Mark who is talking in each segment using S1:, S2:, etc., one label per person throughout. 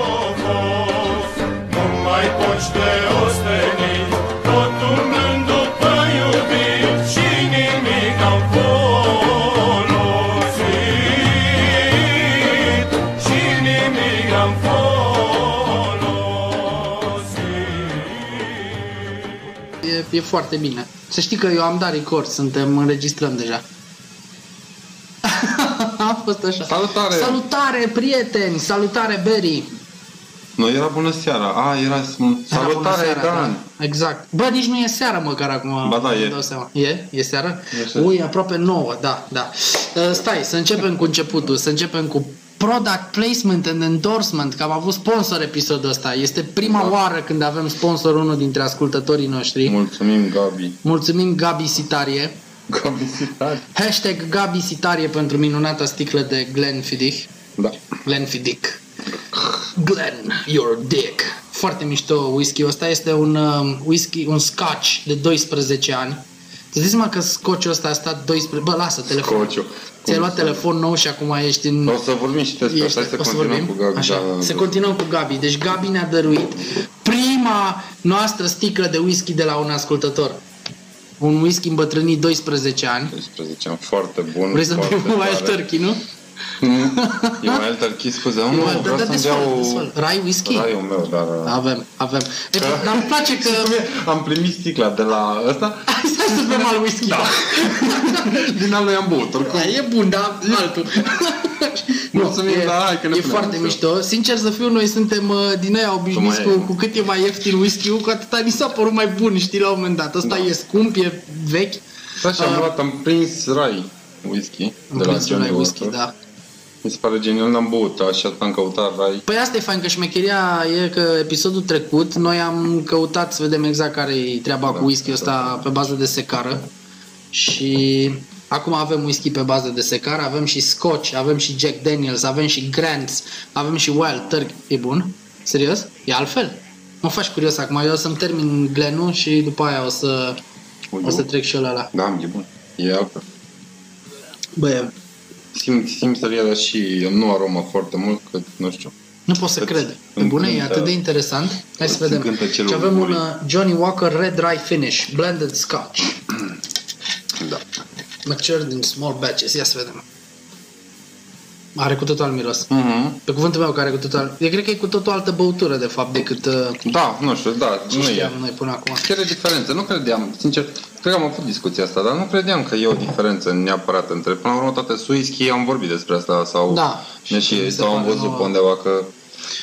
S1: of, nu mai poți de ostenit, tot umblând după iubit și nimic n-am folosit, și nimic n-am folosit.
S2: E, e foarte bine. Să știi că eu am dat record, suntem, înregistrăm deja. A fost așa.
S3: Salutare!
S2: Salutare, prieteni! Salutare, Beri!
S3: Nu, era bună seara. A, era... Salutare, Dan!
S2: Exact. Bă, nici nu e seara măcar acum.
S3: Ba da,
S2: îmi
S3: e.
S2: dau seama. E? E seara?
S3: E seara.
S2: Ui, aproape nouă, da, da. Uh, Stai, să începem cu începutul, să începem cu product placement and endorsement, că am avut sponsor episodul ăsta. Este
S3: Da.
S2: prima oară când avem sponsor unul dintre ascultătorii noștri.
S3: Mulțumim, Gabi.
S2: Mulțumim Gabi Sitarie.
S3: Gabi da. Sitari.
S2: Hashtag Gabi Sitarie pentru minunata sticlă de Glenfiddich.
S3: Da.
S2: Glenfiddich. Glen, your dick. Foarte mișto whisky. Ăsta este un um, whisky, un scotch de 12 ani. Să zici mă că scotch ăsta a stat 12... Bă, lasă telefonul.
S3: Scotch-ul.
S2: Ți-ai luat telefon nou și acum ești în...
S3: O să vorbim și despre
S2: Ești,
S3: asta. Hai să
S2: o să
S3: continuăm
S2: vorbim?
S3: cu Gabi.
S2: Așa,
S3: da.
S2: să continuăm cu Gabi. Deci Gabi ne-a dăruit prima noastră sticlă de whisky de la un ascultător. Un whisky îmbătrânit 12 ani.
S3: 12 am foarte bun.
S2: Vrei să
S3: foarte
S2: fii un
S3: tare.
S2: wild turkey, nu?
S3: Mm. E mai alt turkey, scuze. Nu,
S2: Wild-
S3: vreau
S2: da, da,
S3: să-mi
S2: desfăl,
S3: iau
S2: desfăl. Rai whisky?
S3: raiul meu, dar...
S2: Avem, avem. E,
S3: Da.
S2: dar îmi place că...
S3: Cum e? Am primit sticla de la ăsta.
S2: Stai să bem al whisky. Da.
S3: Din al lui am băut, oricum.
S2: e bun, dar altul.
S3: Mulțumim,
S2: e,
S3: da, hai că ne
S2: E
S3: punem
S2: foarte
S3: mișto.
S2: mișto. Sincer să fiu, noi suntem uh, din aia obișnuiți
S3: Tu mai
S2: cu,
S3: ai.
S2: cu cât e mai ieftin whisky cu atâta ni s-a părut mai bun, știi, la un moment dat.
S3: Da.
S2: Ăsta e scump, e vechi.
S3: Așa am
S2: Ah.
S3: luat, am prins rai whisky
S2: În
S3: de la
S2: principiu
S3: Johnny
S2: n-ai whisky,
S3: Walker.
S2: da.
S3: Mi se pare genial, n-am băut, așa am căutat rai.
S2: Păi asta e fain, că șmecheria e că episodul trecut noi am căutat să vedem exact care e treaba da, cu whisky ăsta pe bază de secară și acum avem whisky pe bază de secară, avem și Scotch, avem și Jack Daniels, avem și Grants, avem și Wild Turkey. E bun? Serios? E altfel? Mă faci curios acum, eu o să-mi termin Glenul și după aia o să,
S3: Ui,
S2: o să trec și eu la ăla.
S3: Da, e bun. E altfel.
S2: Bă,
S3: Simt, simt săria, dar și nu aroma foarte mult, că nu știu.
S2: Nu pot să
S3: Îți
S2: cred. Pe
S3: încântă-
S2: bune, e atât de interesant. Hai să
S3: îți
S2: vedem.
S3: încântă celul
S2: Și avem un
S3: gurii.
S2: uh, Johnny Walker Red Rye Finish, Blended Scotch,
S3: Da.
S2: matured in small batches. Ia să vedem. Are cu totul alt miros.
S3: Mhm.
S2: Pe cuvântul meu, care are cu totul alt... Eu cred că e cu totul altă băutură, de fapt, decât uh,
S3: Da, nu știu, da,
S2: ce
S3: nu
S2: știam
S3: e.
S2: noi până acum.
S3: Chiar e diferență, nu credeam, sincer, cred că am avut discuția asta, dar nu credeam că e o diferență neapărat între, până la urmă, toate su whisky, am vorbit despre asta sau
S2: Da.
S3: ne
S2: Mi
S3: și,
S2: se
S3: sau am
S2: pare
S3: văzut
S2: nouă.
S3: pe undeva că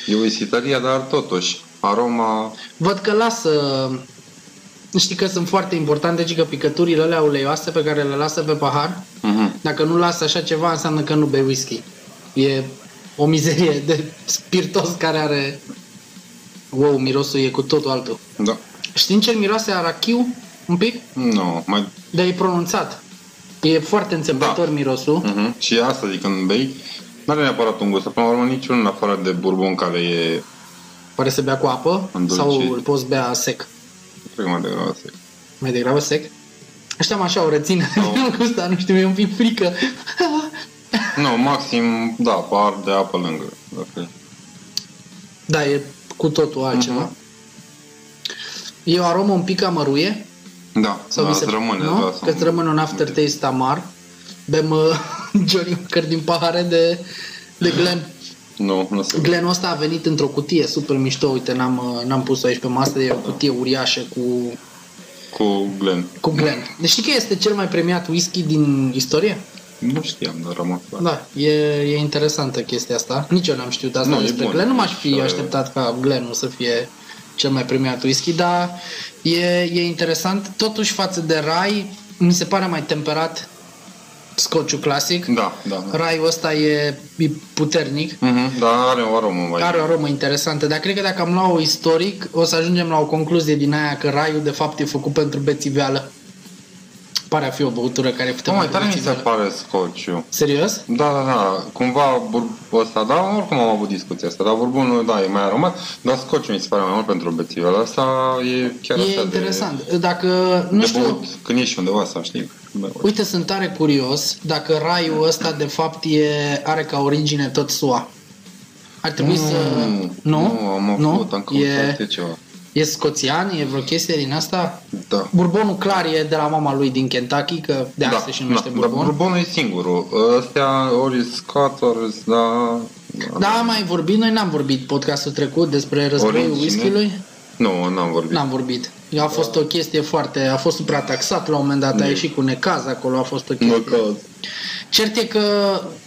S3: e whisky tăria, dar totuși, aroma,
S2: Văd că lasă... Știi că sunt foarte importante și că picăturile alea uleioase pe care le lasă pe pahar,
S3: mhm.
S2: Dacă nu lasă așa ceva, înseamnă că nu bei whisky. E o mizerie de spiritos care are... Wow, mirosul e cu totul altul.
S3: da,
S2: Știi în ce miroase arachiu? Un pic?
S3: nu, mai
S2: Dar e pronunțat. E foarte înțepător
S3: Da.
S2: mirosul.
S3: Mhm. Și asta zic, când bei, nu are neapărat un gust. Până la urmă, niciunul în afară de bourbon care e,
S2: Pare să bea cu apă
S3: Îndulcit.
S2: sau îl poți bea sec.
S3: cred că mai degrabă asta e.
S2: Mai degrabă sec. Ăștia am așa o reținere oh. cu ăsta, nu știu, mi-e un pic frică.
S3: Nu, maxim, da, par de apă lângă. Dacă...
S2: da, e cu totul altceva. E o aromă un pic amăruie,
S3: Da,
S2: Sau
S3: da
S2: mi se...
S3: îți rămâne.
S2: nu?
S3: Da,
S2: Da, că îți rămâne un aftertaste amar. Bem uh, Johnny Walker din pahare de, de Glen.
S3: Nu, nu se
S2: Glenul ăsta a venit într-o cutie super mișto. Uite, n-am, uh, n-am pus-o aici pe masă. E o cutie uriașă cu,
S3: Cu Glen.
S2: cu Glen. Deci știi că este cel mai premiat whisky din istorie?
S3: Nu știam, dar am aflat.
S2: Da, e, e interesantă chestia asta. Nici eu n-am știut asta
S3: Nu, e
S2: despre
S3: bun.
S2: Glen. Nu m-aș fi
S3: Și, uh,
S2: așteptat ca Glenul să fie cel mai premiat whisky, dar e, e interesant. Totuși, față de Rai, mi se pare mai temperat scotch clasic.
S3: Da, da. da.
S2: Raiul ăsta e, e puternic.
S3: Mhm, dar are o aromă mai...
S2: Are o aromă interesantă, dar cred că dacă am luat-o istoric, o să ajungem la o concluzie din aia că raiul de fapt e făcut pentru bețiveală. Pare a fi o băutură care e
S3: Da,
S2: făcută
S3: mai
S2: pentru
S3: tare mi se
S2: bețiveală.
S3: pare scociu.
S2: Serios?
S3: Da, da, da, cumva bur- ăsta, da, oricum am avut discuția asta, dar burbunul, da, e mai aromat, dar scociu mi se pare mai mult pentru bețivele, asta e chiar
S2: E
S3: așa
S2: interesant. Dacă,
S3: de,
S2: nu
S3: de
S2: știu,
S3: băut, când ești undeva sau știi. bă,
S2: uite, sunt tare curios dacă raiul ăsta de fapt e, are ca origine tot SUA. Ar trebui să... Nu?
S3: Mm, nu, am avut, am
S2: e,
S3: căutat e... ceva.
S2: e scoțian, e vreo chestie din asta?
S3: Da.
S2: Bourbonul clar e de la mama lui din Kentucky, că de asta se și numește
S3: da,
S2: Bourbon.
S3: Dar
S2: Da,
S3: Bourbonul e singurul. Ăstea ori Scott, ori da...
S2: am mai vorbit, noi n-am vorbit podcastul trecut despre războiul
S3: Origine.
S2: whisky-ului.
S3: Nu, n-am vorbit.
S2: N-am vorbit. A fost
S3: Da.
S2: o chestie foarte... A fost suprataxat la un moment dat, a ieșit cu necaz acolo, a fost o chestie...
S3: Nu că...
S2: Cert e că,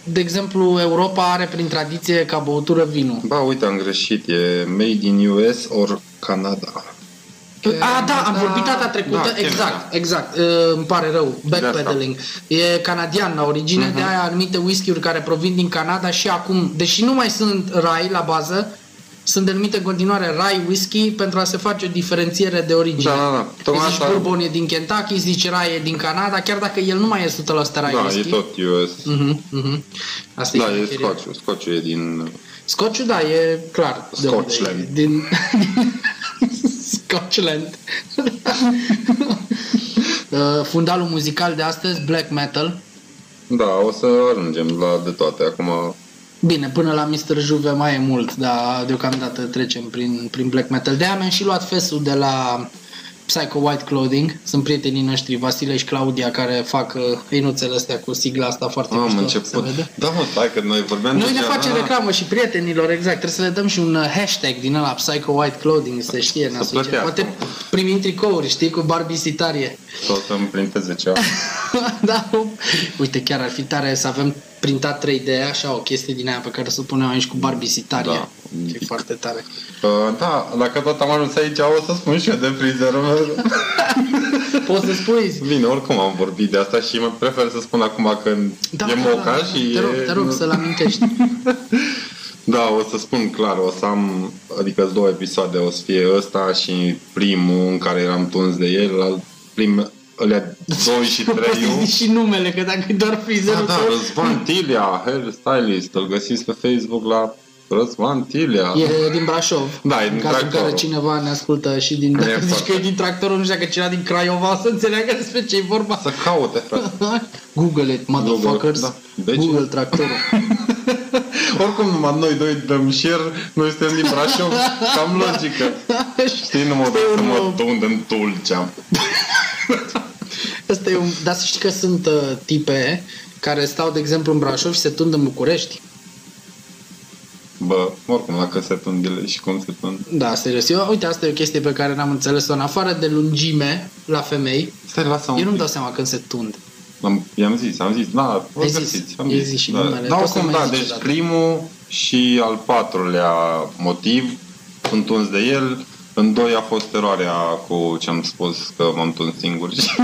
S2: de exemplu, Europa are prin tradiție ca băutură vinul.
S3: Ba, uite, am greșit. E Made in US or Canada.
S2: A, da, am vorbit data trecută,
S3: da,
S2: exact, exact, uh, îmi pare rău, backpedaling. E canadian la origine,
S3: Mhm.
S2: de aia anumite whisky-uri care provin din Canada și acum, deși nu mai sunt rai la bază, sunt denumite în continuare rai whisky pentru a se face o diferențiere de origine.
S3: Da, da, da. Tocmai
S2: Îi zici
S3: asta-
S2: bourbon e din Kentucky, îi zici rai e din Canada, chiar dacă el nu mai e 100% rai
S3: Da, e
S2: whisky.
S3: tot US.
S2: Mhm, mhm. Asta
S3: Da, e
S2: șmecherie.
S3: Scotch. Scotch e din...
S2: Scotch, da, e clar. de unde e.
S3: Scotchland.
S2: Din, din Scotchland. Uh, Fundalul muzical de astăzi, black metal.
S3: Da, o să ajungem la de toate. Acum
S2: Bine, până la Mr. Juve mai e mult, dar deocamdată trecem prin, prin black metal. De-aia mi-am și luat fesul de la Psycho White Clothing. Sunt prietenii noștri, Vasile și Claudia, care fac uh, hăinuțele astea cu sigla asta foarte
S3: am
S2: mișto, se
S3: început.
S2: vede.
S3: Da, mă, stai că noi vorbeam
S2: Noi ne
S3: deja,
S2: facem
S3: da.
S2: reclamă și prietenilor, exact. Trebuie să le dăm și un uh, hashtag din ăla, Psycho White Clothing, să știe
S3: Să
S2: nasuge.
S3: plătească.
S2: Poate primim tricouri, știi, cu Barbie sitarie.
S3: Sau să-mi printeze ceva.
S2: da, nu? Uite, chiar ar fi tare să avem printat 3D, așa, o chestie din aia pe care să o punem aici cu Barbie sitarie.
S3: Da.
S2: E foarte tare.
S3: Uh, da, dacă tot am ajuns aici, o să spun și eu de frizerul meu.
S2: Poți să spui?
S3: Bine, oricum am vorbit de asta și mă prefer să spun acum când
S2: Da,
S3: e
S2: da,
S3: moca
S2: da, da.
S3: și
S2: Te rog,
S3: e...
S2: te rog să-l amintești.
S3: Da, o să spun clar, o să am, adică două episoade, o să fie ăsta și primul în care eram tuns de el, al prim, alea 2 și 3
S2: Poți să zici și numele, că dacă e doar
S3: Da,
S2: frizerul
S3: da,
S2: tău...
S3: Răzvan Tilia, hairstylist, îl găsiți pe Facebook la Răzvan Tilia.
S2: E din Brașov.
S3: Da, e
S2: în
S3: din
S2: cazul în care
S3: Tractorul.
S2: cineva ne ascultă și din dacă zici
S3: foarte.
S2: că e din tractorul, nu știu dacă cineva din Craiova o să înțeleagă despre ce e vorba.
S3: Să caute, frate.
S2: Google it, motherfuckers.
S3: da.
S2: Google,
S3: Deci-
S2: tractorul.
S3: Oricum, numai noi doi dăm share, noi suntem din Brașov, cam logică. Știi,
S2: Păi
S3: nu mă duc să mă tund în Tulcea.
S2: Asta e un... Dar să știi că sunt uh, tipe care stau, de exemplu, în Brașov și se tund în București.
S3: Bă, oricum, dacă se tund bile și cum se tund.
S2: Da, serios. Eu, uite, asta e o chestie pe care n-am înțeles-o. În afară de lungime la femei,
S3: Stai, lasă
S2: eu
S3: un
S2: nu-mi
S3: pic.
S2: dau
S3: Oh,
S2: seama când se tund.
S3: Am, i-am zis, am zis, da, vă
S2: Ai zis,
S3: găsiți, am
S2: ai
S3: zis.
S2: zis și
S3: da.
S2: numele,
S3: da,
S2: poți să
S3: oricum,
S2: mai
S3: da,
S2: zici
S3: deci
S2: odată.
S3: primul și al patrulea motiv, sunt tuns de el, în doi a fost eroarea cu ce am spus că m-am tuns singur și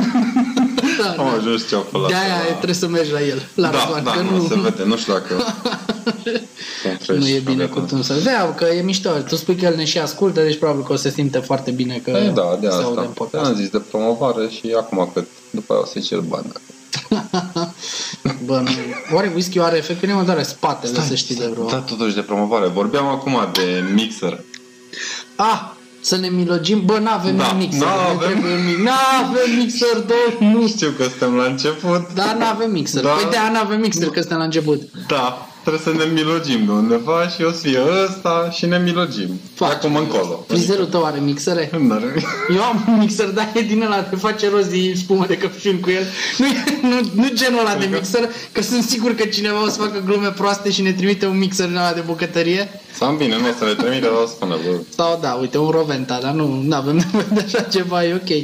S2: Da,
S3: am
S2: da.
S3: ajuns cea pe la...
S2: De-aia trebuie să mergi la el, la
S3: da,
S2: Răzvan,
S3: da,
S2: că
S3: nu
S2: nu...
S3: se vede, nu știu dacă... Păi,
S2: nu e bine cu tunsul. Da, că e mișto. Tu spui că el ne și ascultă, deci probabil că o se simte foarte bine că
S3: Păi da, de
S2: se aude în
S3: asta.
S2: podcast.
S3: Am zis de promovare și acum cât, după aia o să-i cer bani.
S2: Bă, nu. Oare whisky are efect? Pe mine mă doare spatele, să știi de vreo.
S3: Da, totuși de promovare. Vorbeam acum de mixer.
S2: Ah, să ne milogim? Bă, n-avem
S3: Da,
S2: da, mixer.
S3: n-avem.
S2: Ne trebuie un mic- N-avem mixer, două, nu.
S3: Știu că suntem la început.
S2: Dar n-avem mixer.
S3: Da.
S2: Păi de-aia n-avem mixer, că suntem la început.
S3: Da, trebuie să ne milogim de undeva și o să fie ăsta și ne milogim.
S2: Faci.
S3: Fac. Acum încolo.
S2: Frizerul tău are mixere?
S3: Adică, n-are.
S2: Eu am un mixer, dar e din ăla, te face rozii spumă de căpșuni cu el. Nu, nu, nu genul ăla de
S3: Adică?
S2: mixer, că sunt sigur că cineva o să facă glume proaste și ne trimite un mixer din ăla de bucătărie.
S3: Sam, bine, nu o să le trimite, dar o să spună, bă,
S2: Sau da, uite, un Roventa, dar nu nu avem nevoie de așa ceva, e ok.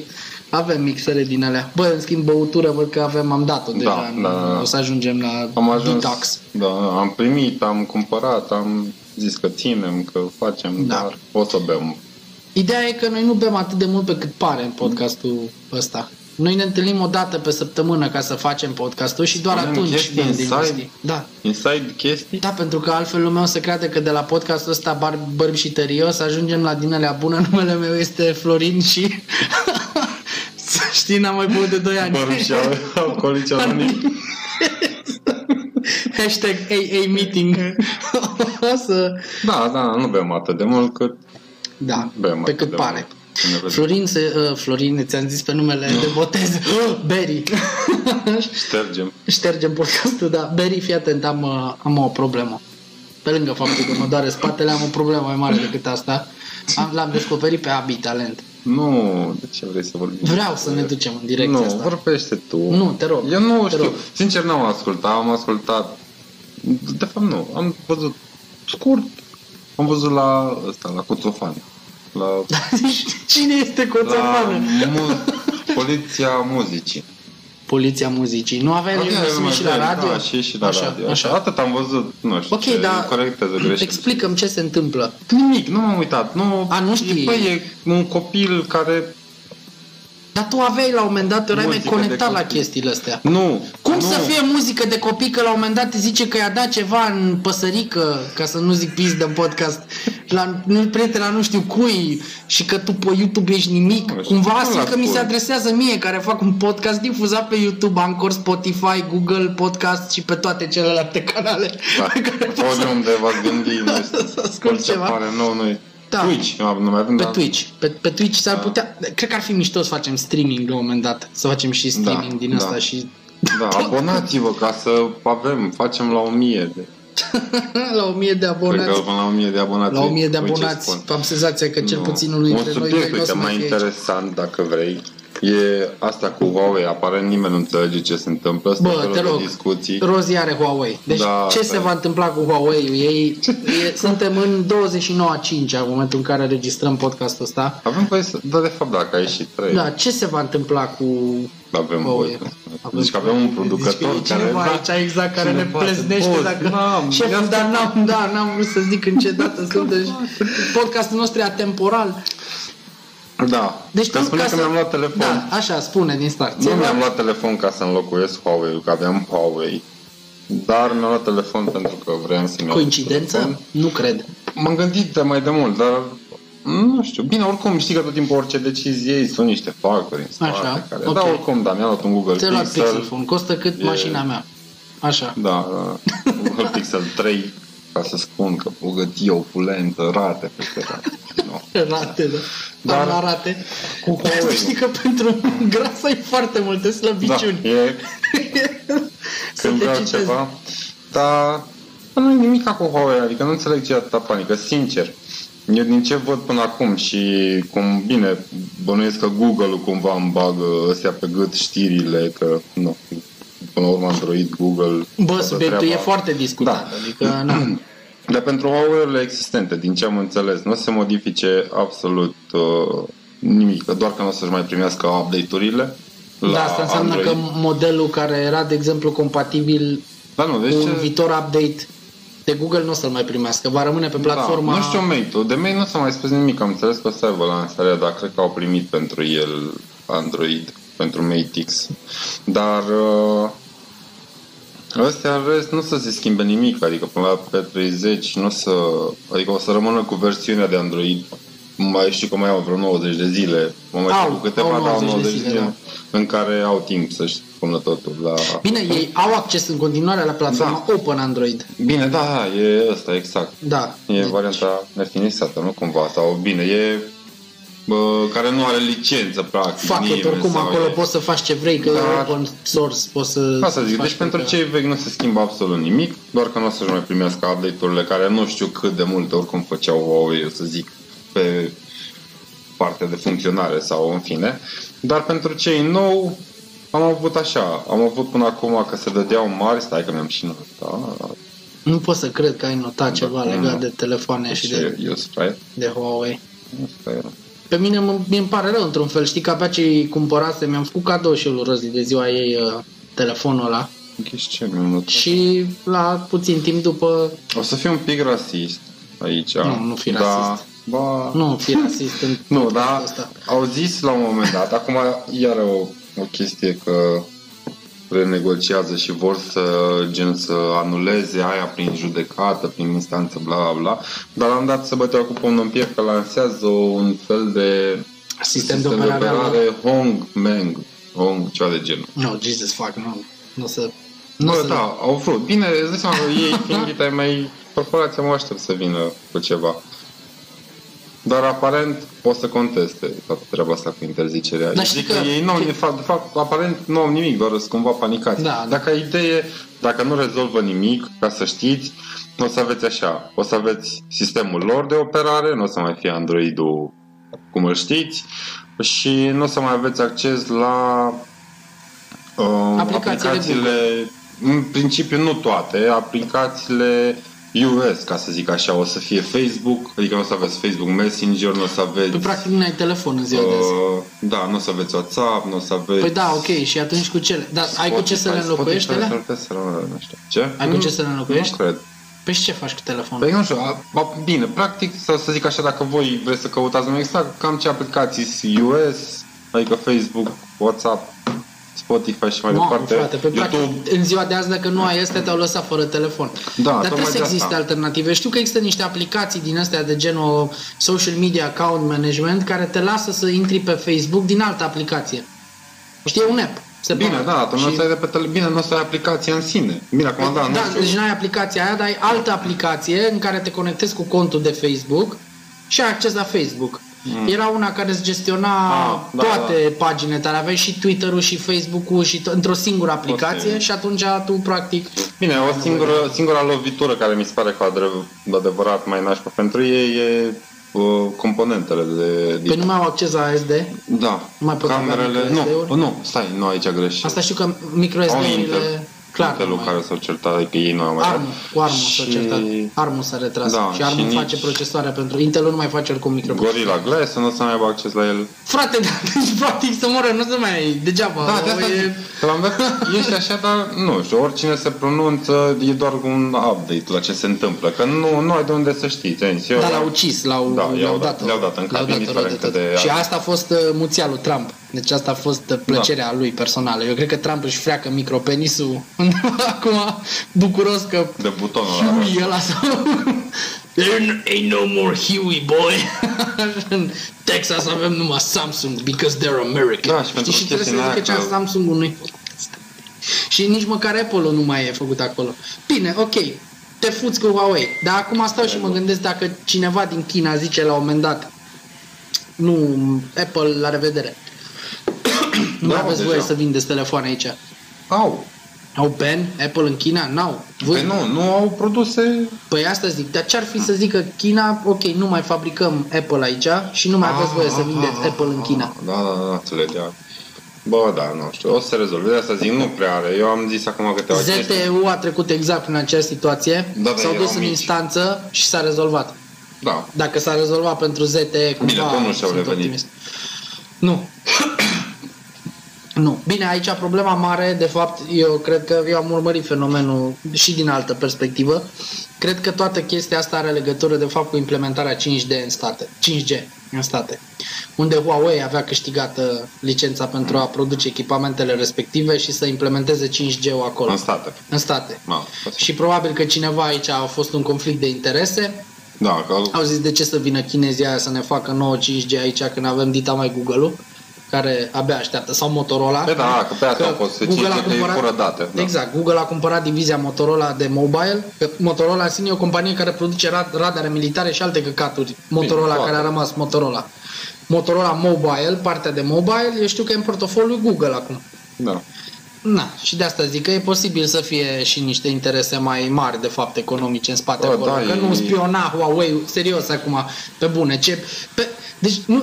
S2: Avem mixere din alea. Bă, în schimb, băutură, văd că avem, am dat-o deja.
S3: da, da.
S2: O să ajungem la
S3: am ajuns.
S2: detox.
S3: Da, am primit, am cumpărat, am zis că ținem, că facem,
S2: Da.
S3: dar o să bem.
S2: Ideea e că noi nu bem atât de mult pe cât pare în podcastul ăsta. Noi ne întâlnim o dată pe săptămână ca să facem podcastul și doar
S3: Spunem
S2: atunci
S3: chestii
S2: bem din
S3: inside?
S2: whisky. Da.
S3: Inside chestii?
S2: Da, pentru că altfel lumea o să creadă că de la podcastul ăsta bar, bărbi și tărie o să ajungem la din alea bună. Numele meu este Florin și... să știi, n-am mai băut de 2 ani.
S3: Băruși alcoolici anonimi.
S2: Hashtag AA meeting. o să...
S3: Da, da, nu bem atât de mult cât
S2: Da,
S3: bem
S2: pe
S3: atât
S2: cât
S3: de
S2: pare.
S3: mult. Când ne vedem.
S2: Florin, se, uh, Florin, ți-am zis pe numele de botez. Berry.
S3: Ștergem.
S2: Ștergem podcastul, dar Berry, fii atent, am, uh, am o problemă. pe lângă faptul că mă doare spatele, am o problemă mai mare decât asta. Am, l-am descoperit pe Abi Talent.
S3: Nu, de ce vrei să vorbim?
S2: Vreau să ne ducem în direcția
S3: nu,
S2: asta.
S3: vorbește tu.
S2: Nu, te rog.
S3: Eu nu
S2: Te
S3: știu.
S2: rog.
S3: Sincer, n-am ascultat. Am ascultat... De fapt, nu. Am văzut scurt. Am văzut la ăsta, la Coțofan. La,
S2: Cine este
S3: la
S2: coțofană?
S3: mu- Poliția Muzicii.
S2: Poliția muzicii. Nu aveai
S3: Adică,
S2: emisiune și la
S3: da,
S2: radio?
S3: Da, și, și la
S2: așa,
S3: radio.
S2: Așa.
S3: Așa. Atât am văzut, nu știu,
S2: Ok,
S3: ce
S2: dar
S3: corectează greșeli.
S2: explicăm ce se întâmplă.
S3: Nimic, nu m-am uitat. Nu,
S2: A, nu știi.
S3: E, păi, e un copil care...
S2: Dar tu aveai la un moment dat, erai mai
S3: Muzică de
S2: conectat la
S3: copii.
S2: chestiile astea.
S3: Nu.
S2: Cum
S3: nu.
S2: să fie muzică de copii că la un moment dat îi zice că i-a dat ceva în păsărică, ca să nu zic pizdă în podcast, la, nu, prietena nu știu cui și că tu pe YouTube ești nimic.
S3: Nu,
S2: Cumva
S3: nu-l
S2: asta că mi se
S3: ascult.
S2: adresează mie, care fac un podcast difuzat pe YouTube, Anchor, Spotify, Google Podcast și pe toate celelalte canale.
S3: Da.
S2: pe care pot să-
S3: Oriunde v-ați gândit, nu
S2: Să
S3: știu,
S2: ascult
S3: orice
S2: ceva.
S3: pare nou, noi.
S2: Da.
S3: Twitch, am- nu mai avem,
S2: Pe
S3: dar-
S2: Twitch. Pe, pe Twitch
S3: Da.
S2: s-ar putea... Cred că ar fi mișto să facem streaming la un moment dat. Să facem și streaming din
S3: da.
S2: asta și...
S3: Da, abonați-vă ca să avem, facem la 1000 de.
S2: la o mie de
S3: Cred că
S2: abonați.
S3: până la 1000 de abonați.
S2: La o mie de
S3: uite Păi, ce
S2: abonați.
S3: spun.
S2: Am senzația că cel
S3: Nu.
S2: puțin unul
S3: Un
S2: dintre noi doi
S3: subiect,
S2: nu o
S3: uite,
S2: să
S3: mai
S2: mai fie aici.
S3: interesant, dacă vrei, e asta cu Huawei. Aparent nimeni nu înțelege ce se întâmplă. sunt tot
S2: Bă,
S3: felul
S2: te
S3: de
S2: rog,
S3: Discuții.
S2: Rozi are Huawei. Deci
S3: Da,
S2: ce
S3: asta
S2: se
S3: e.
S2: va întâmpla cu Huawei-ul? Ei, e, suntem în 29.5 în momentul în care înregistrăm podcastul ăsta.
S3: Avem voie să... Da, de fapt, dacă ai și trei,
S2: Da, ce se va întâmpla cu
S3: avem
S2: Huawei?
S3: voie. Da, Deci că avem un producător
S2: deci,
S3: care...
S2: cineva
S3: da,
S2: aici exact care
S3: cine
S2: ne
S3: face
S2: pleznește
S3: post.
S2: dacă...
S3: N-am, ia
S2: Șeful,
S3: să-
S2: dar n-am, da, n-am vrut să zic în ce dată sunt. Deci, podcastul nostru e atemporal.
S3: Da,
S2: Deci
S3: deci
S2: tu,
S3: că spune
S2: ca
S3: că
S2: să-
S3: mi-am luat telefon.
S2: Da, așa, spune din start.
S3: Nu mi-am luat telefon ca să înlocuiesc Huawei, că aveam Huawei. Dar mi-am luat telefon pentru că vreau să-mi iau
S2: Coincidență?
S3: telefon.
S2: Nu cred.
S3: M-am gândit de mai de mult, dar nu știu. Bine, oricum știi că tot timpul orice decizie ei sunt niște factori în spate.
S2: Așa,
S3: care...
S2: ok.
S3: Da, oricum, da, mi-am luat un Google
S2: Ți-ai luat
S3: Pixel.
S2: Pixel Phone, costă cât
S3: E-
S2: mașina mea. Așa.
S3: Da, da, Google Pixel 3 ca să spun că bogăție opulentă, rate peste rate. No.
S2: Rate, da. Dar la rate. Cu Să știi că pentru gras ai foarte multe
S3: Da,
S2: slăbiciuni.
S3: e
S2: Să
S3: când
S2: te
S3: vreau
S2: citezi.
S3: ceva, dar bă, nu e nimic cu Huawei, adică nu înțeleg ce e atâta panică, sincer. Eu din ce văd până acum și cum, bine, bănuiesc că Google-ul cumva îmi bagă ăstea pe gât știrile, că nu, până la urmă Android, Google...
S2: Bă,
S3: toată
S2: subiectul
S3: treaba.
S2: e foarte discutat.
S3: Da.
S2: Adică, na.
S3: Dar pentru Huawei-urile existente, din ce am înțeles, nu se modifice absolut uh, nimic, doar că nu o să-și mai primească update-urile. la
S2: Da, asta înseamnă
S3: Android.
S2: că modelul care era, de exemplu, compatibil
S3: Dar nu,
S2: cu
S3: vezi
S2: un
S3: Deci ce...
S2: viitor update de Google nu o să-l mai primească, va rămâne pe platforma...
S3: Da, nu știu mate-ul. De mail nu s-a mai spus nimic. Am înțeles că o să aibă lansarea, dar cred că au primit pentru el Android, pentru Matix. Dar uh, ăstea în rest nu o să se schimbe nimic. Adică până la P30 nu o să... Adică o să rămână cu versiunea de Android. Mai știu că mai au vreo 90 de zile. Mă mai
S2: Au,
S3: știu cu câteva,
S2: au
S3: dar
S2: 90 de zile,
S3: în care au timp să-și pună totul la...
S2: Bine, ei au acces în continuare la platforma
S3: Da.
S2: Open Android.
S3: Bine, da, da, e ăsta, exact.
S2: Da.
S3: E varianta nefinisată, nu cumva, sau bine, e bă, care nu are licență, practic.
S2: Fac
S3: nimeni,
S2: it oricum,
S3: sau
S2: acolo
S3: e...
S2: poți să faci ce vrei, că
S3: Da.
S2: e open source, poți să...
S3: Ca să zic,
S2: faci
S3: deci pentru
S2: că-
S3: cei vechi nu se schimbă absolut nimic, doar că nu o să-și mai primească update-urile care nu știu cât de multe oricum făceau Huawei, eu să zic, pe partea de funcționare sau în fine. Dar pentru cei nou, am avut așa, am avut până acum că se dădeau mari, stai că mi-am și notat,
S2: Nu pot să cred că ai notat ceva
S3: cum
S2: legat
S3: nu?
S2: de telefoane și
S3: Mm. Deci ce
S2: de,
S3: eu spre,
S2: de Huawei.
S3: asta era.
S2: Pe mine mă- mi îmi pare rău într-un fel, știi că abia ce cumpărase, mi-am făcut cadou și eu lui Rozi de ziua ei uh, telefonul ăla
S3: Ghiși ce mi-am notat.
S2: și la puțin timp după,
S3: O să fiu un pic rasist aici.
S2: Nu, nu fi rasist.
S3: Da, ba... Nu,
S2: nu fi rasist în
S3: nu da,
S2: Asta.
S3: au zis la un moment dat, acum iară o, o chestie că renegociază și vor să gen să anuleze aia prin judecată, prin instanță, bla bla bla, dar am dat să băteau cu pumnul în piept că lansează un fel de
S2: Sistem, de operare. da. al-
S3: Hong Meng, Hong, ceva de genul.
S2: No, Jesus fuck, nu. Nu o să... Nu o
S3: Bă,
S2: să...
S3: da, au vrut. Bine, îți dai seama că ei fiind ai mai corporația mă aștept să vină cu ceva. Dar aparent o să conteste toată treaba asta cu interzicerea.
S2: Dar
S3: Dar
S2: știi
S3: adică
S2: că-
S3: că... ei nu au, de fapt, de fapt, aparent nu au nimic, doar sunt cumva panicați.
S2: Da, da.
S3: Dacă ai idee, dacă nu rezolvă nimic, ca să știți, o să aveți așa, o să aveți sistemul lor de operare, nu o să mai fie Android-ul cum îl știți și nu o să mai aveți acces la uh,
S2: Aplicațiile
S3: aplicațiile în principiu nu toate, aplicațiile US, ca să zic așa, o să fie Facebook, adică nu o să aveți Facebook Messenger, nu o să aveți...
S2: Tu practic nu ai telefon în ziua de azi.
S3: uh, da, nu o să aveți WhatsApp, nu o să aveți...
S2: Păi da, ok, și atunci cu cele. Dar ai cu ce să le
S3: deci Spotify,
S2: înlocuiești
S3: Spotify,
S2: alea?
S3: Spotify, Spotify, nu știu. Ce?
S2: Ai cu ce să le înlocuiești?
S3: Nu cred.
S2: Păi și ce faci cu telefonul?
S3: Păi nu știu, a, a, bine, practic, să, să zic așa, dacă voi vreți să căutați mai exact, cam ce aplicații sunt US, adică Facebook, WhatsApp, Spotify și mai
S2: Mamă,
S3: departe,
S2: frate, pe
S3: YouTube, Da,
S2: practic, în ziua de azi, dacă nu ai astea, te-au lăsat fără telefon. Dar
S3: tocmai
S2: trebuie să
S3: de asta.
S2: existe alternative. Știu că există niște aplicații din astea de genul social media account management care te lasă să intri pe Facebook din altă aplicație. Știi, e un app. separat.
S3: Bine, da, tu nu o să ai de pe tele... Bine, nu o să ai aplicația în sine. Bine, acum, da,
S2: Da,
S3: nu știu.
S2: deci nu ai aplicația aia, dar ai altă aplicație în care te conectezi cu contul de Facebook și ai acces la Facebook. Mm. Era una care îți gestiona
S3: Ah,
S2: ah,
S3: da,
S2: toate da, paginile tale, aveai și Twitter-ul și Facebook-ul și to- într-o singură aplicație
S3: Posibil.
S2: și atunci tu practic...
S3: Bine, o singură, singura lovitură care mi se pare cu adrev- cu adevărat mai nașpa pentru ei e uh, componentele de...
S2: Pe nu mai au acces la SD.
S3: Da,
S2: nu mai pot avea
S3: camerele...
S2: micro-SD-uri?
S3: Nu, nu, stai, nu aici greșit.
S2: Asta știu că micro
S3: Au
S2: SD-urile... Clar,
S3: Intelul
S2: nu mai-
S3: care s-au certat, adică ei nu au mai
S2: Armul, cu Armul s-a
S3: Și
S2: certat. Armul s-a retras
S3: Da,
S2: și Armul
S3: și nici-
S2: face procesoare pentru... Intelul nu mai face oricum micro.
S3: Gorilla Glass, nu o să mai aibă acces la el.
S2: Frate, da, deci practic să moră, nu se mai ai degeaba.
S3: Da, de
S2: o,
S3: asta
S2: e...
S3: zic, că la un dat ești așa, dar nu știu, oricine se pronunță e doar un update la ce se întâmplă, că nu, nu ai de unde să știi. Ți, eu,
S2: Dar l-au ucis, l-au,
S3: Da,
S2: le-au,
S3: i-au
S2: dat,
S3: dat- le-au dat în cap, indiferent
S2: rău de tot.
S3: de-
S2: Și asta a fost uh, muția lui Trump. Deci asta a fost uh, plăcerea
S3: Da.
S2: lui personală. Eu cred că Trump își freacă micropenisul undeva acum, bucuros că
S3: de butonul ăla.
S2: Huey ăla sau... There ain't no more Huey, boy. în Texas avem numai Samsung because they're American.
S3: Da, și pentru
S2: și trebuie să
S3: chestiunea
S2: zică
S3: aia
S2: cea
S3: că-
S2: Samsung nu Și nici măcar Apple nu mai e făcut acolo. Bine, ok, te fuți cu Huawei. Dar acum stau și mă gândesc dacă cineva din China zice la un moment dat nu, Apple, la revedere. nu
S3: Da,
S2: aveți
S3: deja.
S2: voie să vindeți telefoane aici.
S3: Au.
S2: Au ban Apple în China? N-au. Voi-
S3: Păi nu, nu au produse...
S2: Păi asta zic, dar ce-ar fi să zică China, ok, nu mai fabricăm Apple aici și nu mai aveți voie să vindeți Apple în China.
S3: Da, da, da, înțeleg, da. Bă, da, nu știu, o să se rezolve. De asta zic, nu prea are. Eu am zis acum câteva chestii.
S2: ZTU a trecut exact prin această situație,
S3: Da, dar
S2: s-au
S3: erau
S2: dus în
S3: mici.
S2: instanță și s-a rezolvat.
S3: Da,
S2: Dacă s-a rezolvat pentru ZTE, cumva
S3: Bine, tot nu și-au
S2: sunt
S3: revenit.
S2: optimist. Nu. nu. Bine, aici problema mare, de fapt, eu cred că eu am urmărit fenomenul și din altă perspectivă. Cred că toată chestia asta are legătură, de fapt, cu implementarea 5D în state. 5G în state. Unde Huawei avea câștigată licența pentru a produce echipamentele respective și să implementeze 5G-ul acolo.
S3: în state. Da,
S2: În state.
S3: Ma,
S2: Și probabil că cineva aici a fost un conflict de interese
S3: da, că
S2: au zis de ce să vină chinezii aia să ne facă 9 5G aici când avem dita mai Google-ul care abia așteaptă, sau Motorola.
S3: Păi da, că pe asta au fost, să zice că e fură date, da.
S2: Exact, Google a cumpărat divizia Motorola de mobile, că Motorola în sine e o companie care produce ra- radare militare și alte căcaturi. Motorola
S3: toate.
S2: care a rămas, Motorola. Motorola Mobile, partea de mobile, eu știu că e în portofoliul Google acum.
S3: da.
S2: Na, și de asta zic că e posibil să fie și niște interese mai mari, de fapt, economice în spate
S3: Bă,
S2: acolo.
S3: da,
S2: că
S3: e-
S2: nu spiona Huawei, serios acum, pe bune. Ce, pe, deci nu...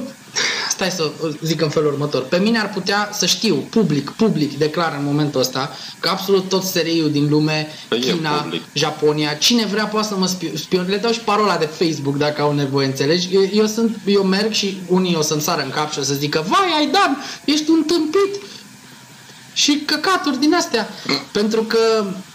S2: Stai să o zic în felul următor. Pe mine ar putea să știu, public, public, declar în momentul ăsta, că absolut tot seriul din lume,
S3: Păi e
S2: China,
S3: public.
S2: Japonia, cine vrea poate să mă spio- spion, le dau și parola de Facebook dacă au nevoie, înțelegi? Eu, eu, sunt, eu merg și unii o să-mi sară în cap și o să zică, vai, ai dat, ești un tâmpit, și căcaturi din astea. Pentru că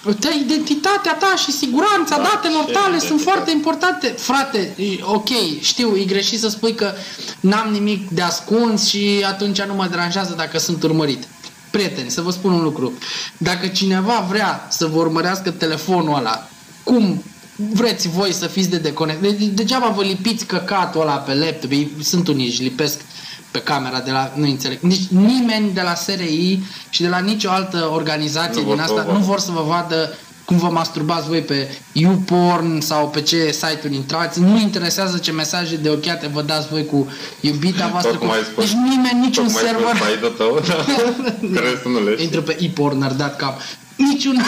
S2: uite, identitatea ta și siguranța
S3: Da,
S2: datelor
S3: și
S2: tale sunt
S3: identitatea.
S2: foarte importante. Frate, e- ok, știu, e greșit să spui că n-am nimic de ascuns și atunci nu mă deranjează dacă sunt urmărit. Prieteni, să vă spun un lucru. Dacă cineva vrea să vă urmărească telefonul ăla, cum vreți voi să fiți de deconectat? De- degeaba vă lipiți căcatul ăla pe laptop. Ei- Sunt unii, își lipesc pe camera de la, nu înțeleg, nici nimeni de la SRI și de la nicio altă organizație din
S3: Nu vor să
S2: asta
S3: vă vadă.
S2: nu vor să vă vadă cum vă masturbați voi pe YouPorn sau pe ce site-uri intrați. Nu interesează ce mesaje de ochiate vă dați voi cu iubita voastră. Cu...
S3: Tocmai ai spus-
S2: Deci nimeni, niciun
S3: Tocmai
S2: server...
S3: spus baită tău, da. Crezi să nu le știi.
S2: Intră pe eporner.com. Niciun,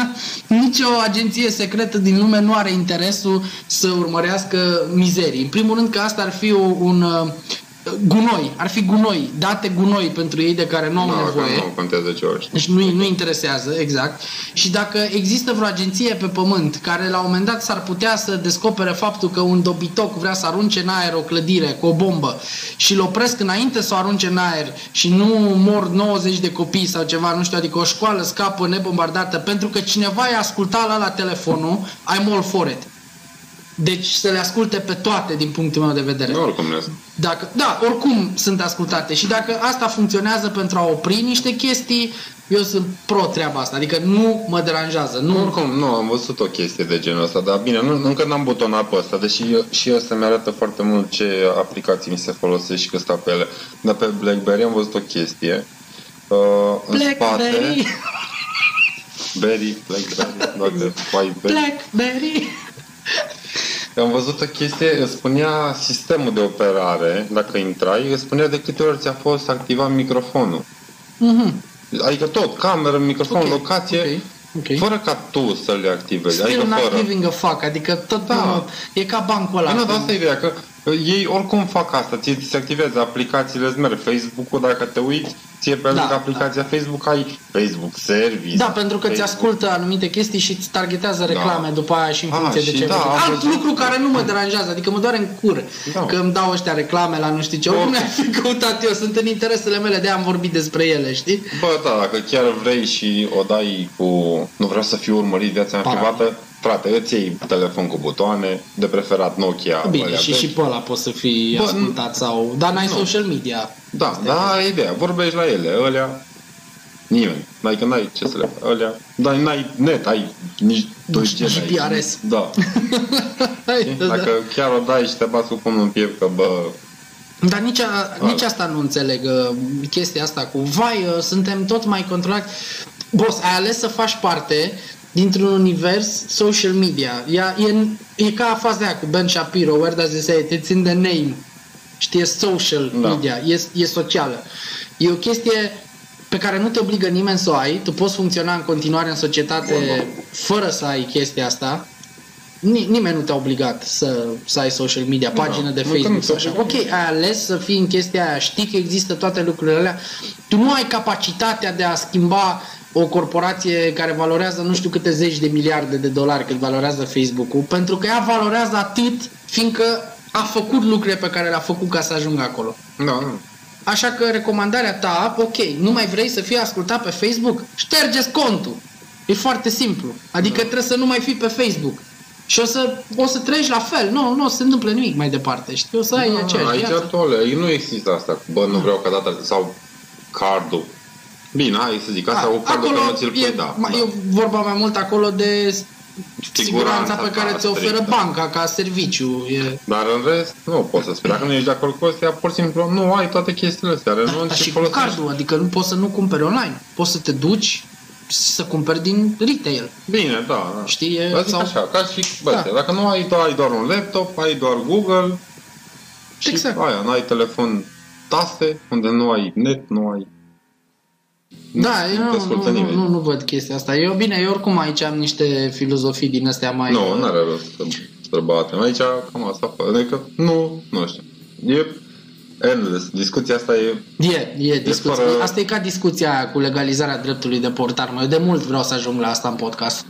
S2: nicio agenție secretă din lume nu are interesul să urmărească mizerii. În primul rând că asta ar fi o, un uh, gunoi, ar fi gunoi, date gunoi pentru ei de care nu au
S3: Nu, Da, că
S2: nevoie.
S3: nu contează ce ori.
S2: Deci nu, nu interesează, exact. Și dacă există vreo agenție pe pământ care la un moment dat s-ar putea să descopere faptul că un dobitoc vrea să arunce în aer o clădire cu o bombă și îl opresc înainte să o arunce în aer și nu mor 90 de copii sau ceva, nu știu, adică o școală scapă nebombardată pentru că cineva i-a ascultat la, la telefonul, I'm all for it. Deci să le asculte pe toate din punctul meu de vedere.
S3: Nu, oricum le
S2: Dacă, da, oricum sunt ascultate și dacă asta funcționează pentru a opri niște chestii, eu sunt pro treaba asta, adică nu mă deranjează, nu...
S3: Oricum, nu, am văzut o chestie de genul ăsta, dar bine, nu, încă n-am butonat pe ăsta, deși eu- și eu să-mi arată foarte mult ce aplicații mi se folosesc și că stau pe ele. Dar pe BlackBerry am văzut o chestie. Uh, în
S2: Blackberry,
S3: spate, Berry, BlackBerry, doamne, white berry.
S2: Blackberry,
S3: Am văzut o chestie, îți spunea sistemul de operare, dacă intrai, îți spunea de câte ori ți-a fost activat microfonul. Mm-hmm. Adică tot, cameră, microfon,
S2: Ok,
S3: okay. locație, okay.
S2: ok, ok.
S3: fără ca tu să le activezi.
S2: Still
S3: adică
S2: not
S3: fără.
S2: giving a fuck, adică tot
S3: Da.
S2: da. e ca bancul ăla.
S3: Da, nu, dar asta e ideea, că uh, ei oricum fac asta, ție ți se activează aplicațiile, îți merg Facebook-ul, dacă te uiți, ție pe
S2: Da,
S3: lângă
S2: da.
S3: aplicația Facebook ai Facebook Service.
S2: Da, pentru că ți
S3: Facebook-
S2: ascultă anumite chestii și îți targetează reclame
S3: Da.
S2: după aia și în
S3: Ah,
S2: funcție de
S3: și
S2: ce
S3: da,
S2: vezi.
S3: am
S2: Alt
S3: văzut.
S2: lucru care nu mă deranjează, adică mă doare în cur
S3: Da.
S2: că îmi dau ăștia reclame la nu știu ce. Oricum le-am fi căutat eu, sunt în interesele mele, de am vorbit despre ele, știi?
S3: Bă, da, dacă chiar vrei și o dai cu... Nu vreau să fiu urmărit viața mea
S2: Para.
S3: privată, frate, îți iei telefon cu butoane, de preferat Nokia.
S2: Bine,
S3: alea
S2: și,
S3: vechi.
S2: și pe ăla poți să fii
S3: Bă,
S2: ascultat sau... Dar n-ai social media.
S3: Da, da, e ideea, vorbești la ele, ălea, nimeni. Adică n-ai ce să le faci, ălea, dar n-ai net, ai nici 2G. n-ai.
S2: GPRS.
S3: Da.
S2: Hai, da, da.
S3: Dacă chiar o dai și te bați cu pumnul în piept că bă,
S2: Dar nici, a, nici asta nu înțeleg uh, chestia asta cu vai, uh, suntem tot mai controlat. Boss, ai ales să faci parte dintr-un univers social media. Ea, e, e ca faza aia cu Ben Shapiro, where does it say it? It's in the name. Știi, e social
S3: Da.
S2: media, e, e socială. E o chestie pe care nu te obligă nimeni să o ai, tu poți funcționa în continuare în societate fără să ai chestia asta. Ni- nimeni nu te-a obligat să, să ai social media, pagină de
S3: nu că nu
S2: Facebook
S3: te
S2: sau așa. Ok,
S3: obligă.
S2: ai ales să fii în chestia aia, știi că există toate lucrurile alea. Tu nu ai capacitatea de a schimba o corporație care valorează nu știu câte zeci de miliarde de dolari cât valorează Facebook-ul, pentru că ea valorează atât, fiindcă a făcut lucrurile pe care le-a făcut ca să ajungă acolo.
S3: da, nu.
S2: Așa că recomandarea ta, ok, nu mai vrei să fii ascultat pe Facebook? Ștergeți contul. E foarte simplu. Adică da. trebuie să nu mai fii pe Facebook. Și o să, o să treci la fel. Nu, nu o să se întâmple nimic mai departe. Știi, o să ai
S3: Da,
S2: aceeași
S3: aici
S2: viață.
S3: tole, nu există asta. cu, Bă, nu vreau ca data sau cardul. Da. Bine, hai să zic, asta
S2: A,
S3: cu cardul că nu ți-l
S2: Ah, e,
S3: pui, da.
S2: mai,
S3: da.
S2: e vorba mai mult acolo de s- siguranța pe
S3: da,
S2: care ți-o oferă
S3: strict, da.
S2: banca ca serviciu. E...
S3: Dar în rest, nu poți să spui. Dacă nu ești de acord cu astea, pur și simplu nu ai toate chestiile astea. Renunți
S2: Da, Dar
S3: și
S2: și cu
S3: Da, folosești.
S2: cardul, adică nu poți să nu cumperi online. Poți să te duci să cumperi din retail.
S3: Bine, da. da.
S2: Știi, e-
S3: Vă zic
S2: sau-
S3: așa, ca și bă,
S2: Da.
S3: astea, dacă nu ai, tu ai doar un laptop, ai doar Google și
S2: Exact.
S3: aia, nu ai telefon taste, unde nu ai net, nu ai...
S2: Da,
S3: nu
S2: eu
S3: te
S2: nu,
S3: ascultă
S2: nu,
S3: nimeni.
S2: nu, nu văd chestia asta. Eu, bine, eu oricum aici am niște filozofii din astea mai...
S3: Nu, nu are rost să să batem. Aici cam asta, adică nu, nu știu. E endless. Discuția asta e...
S2: E, e discuție.
S3: fără-
S2: Asta e ca discuția aia cu legalizarea dreptului de portarmă. Eu de mult vreau să ajung la asta în podcast.